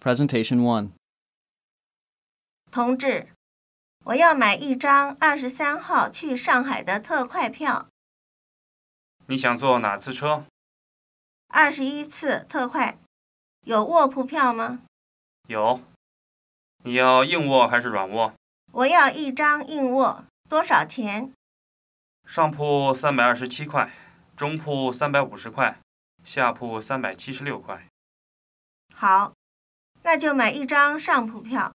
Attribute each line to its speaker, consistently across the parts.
Speaker 1: Presentation 1.
Speaker 2: 同志，我要买一张二十三号去上海的特快票，
Speaker 3: 你想坐哪次车？
Speaker 2: 二十一次特快，有卧铺票吗？
Speaker 3: 有。你要硬卧还是软卧？
Speaker 2: 我要一张硬卧，多少钱？
Speaker 3: 上铺三百二十七块，中铺三百五十块，下铺三百七十六块。
Speaker 2: 好，那就买一张上铺票。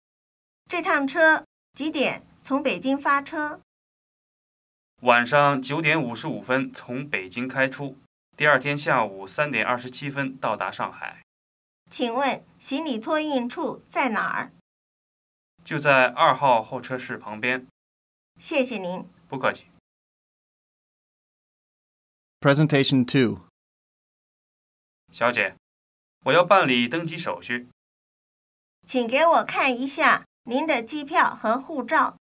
Speaker 2: 这趟车几点从北京发车？
Speaker 3: 晚上九点五十五分从北京开出，第二天下午三点二十七分到达上海，
Speaker 2: 请问行李托运处在哪儿？
Speaker 3: 就在二号候车室旁边。
Speaker 2: 谢谢您。
Speaker 3: 不客气。
Speaker 1: Presentation 2.
Speaker 3: 小姐，我要办理登机手续。
Speaker 2: 请给我看一下您的机票和护照。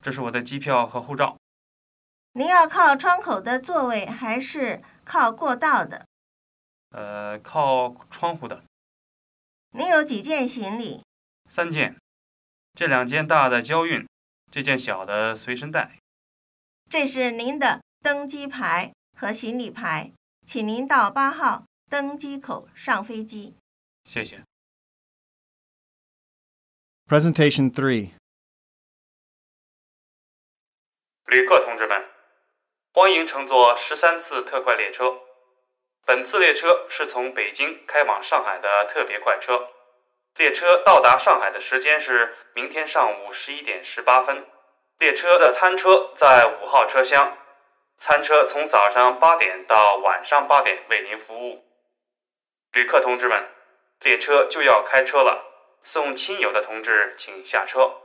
Speaker 3: 这是我的机票和护照。
Speaker 2: 您要靠窗口的座位还是靠过道的？
Speaker 3: 呃，靠窗户的
Speaker 2: 您有几件行李？
Speaker 3: 三件，这两件大的交运，这件小的随身带。
Speaker 2: 这是您的登机牌和行李牌，请您到八号登机口上飞机。
Speaker 3: 谢谢。
Speaker 1: Presentation 3.
Speaker 3: 旅客同志们，欢迎乘坐十三次特快列车。本次列车是从北京开往上海的特别快车。列车到达上海的时间是明天上午十一点十八分。列车的餐车在五号车厢，餐车从早上八点到晚上八点为您服务。旅客同志们，列车就要开车了，送亲友的同志请下车。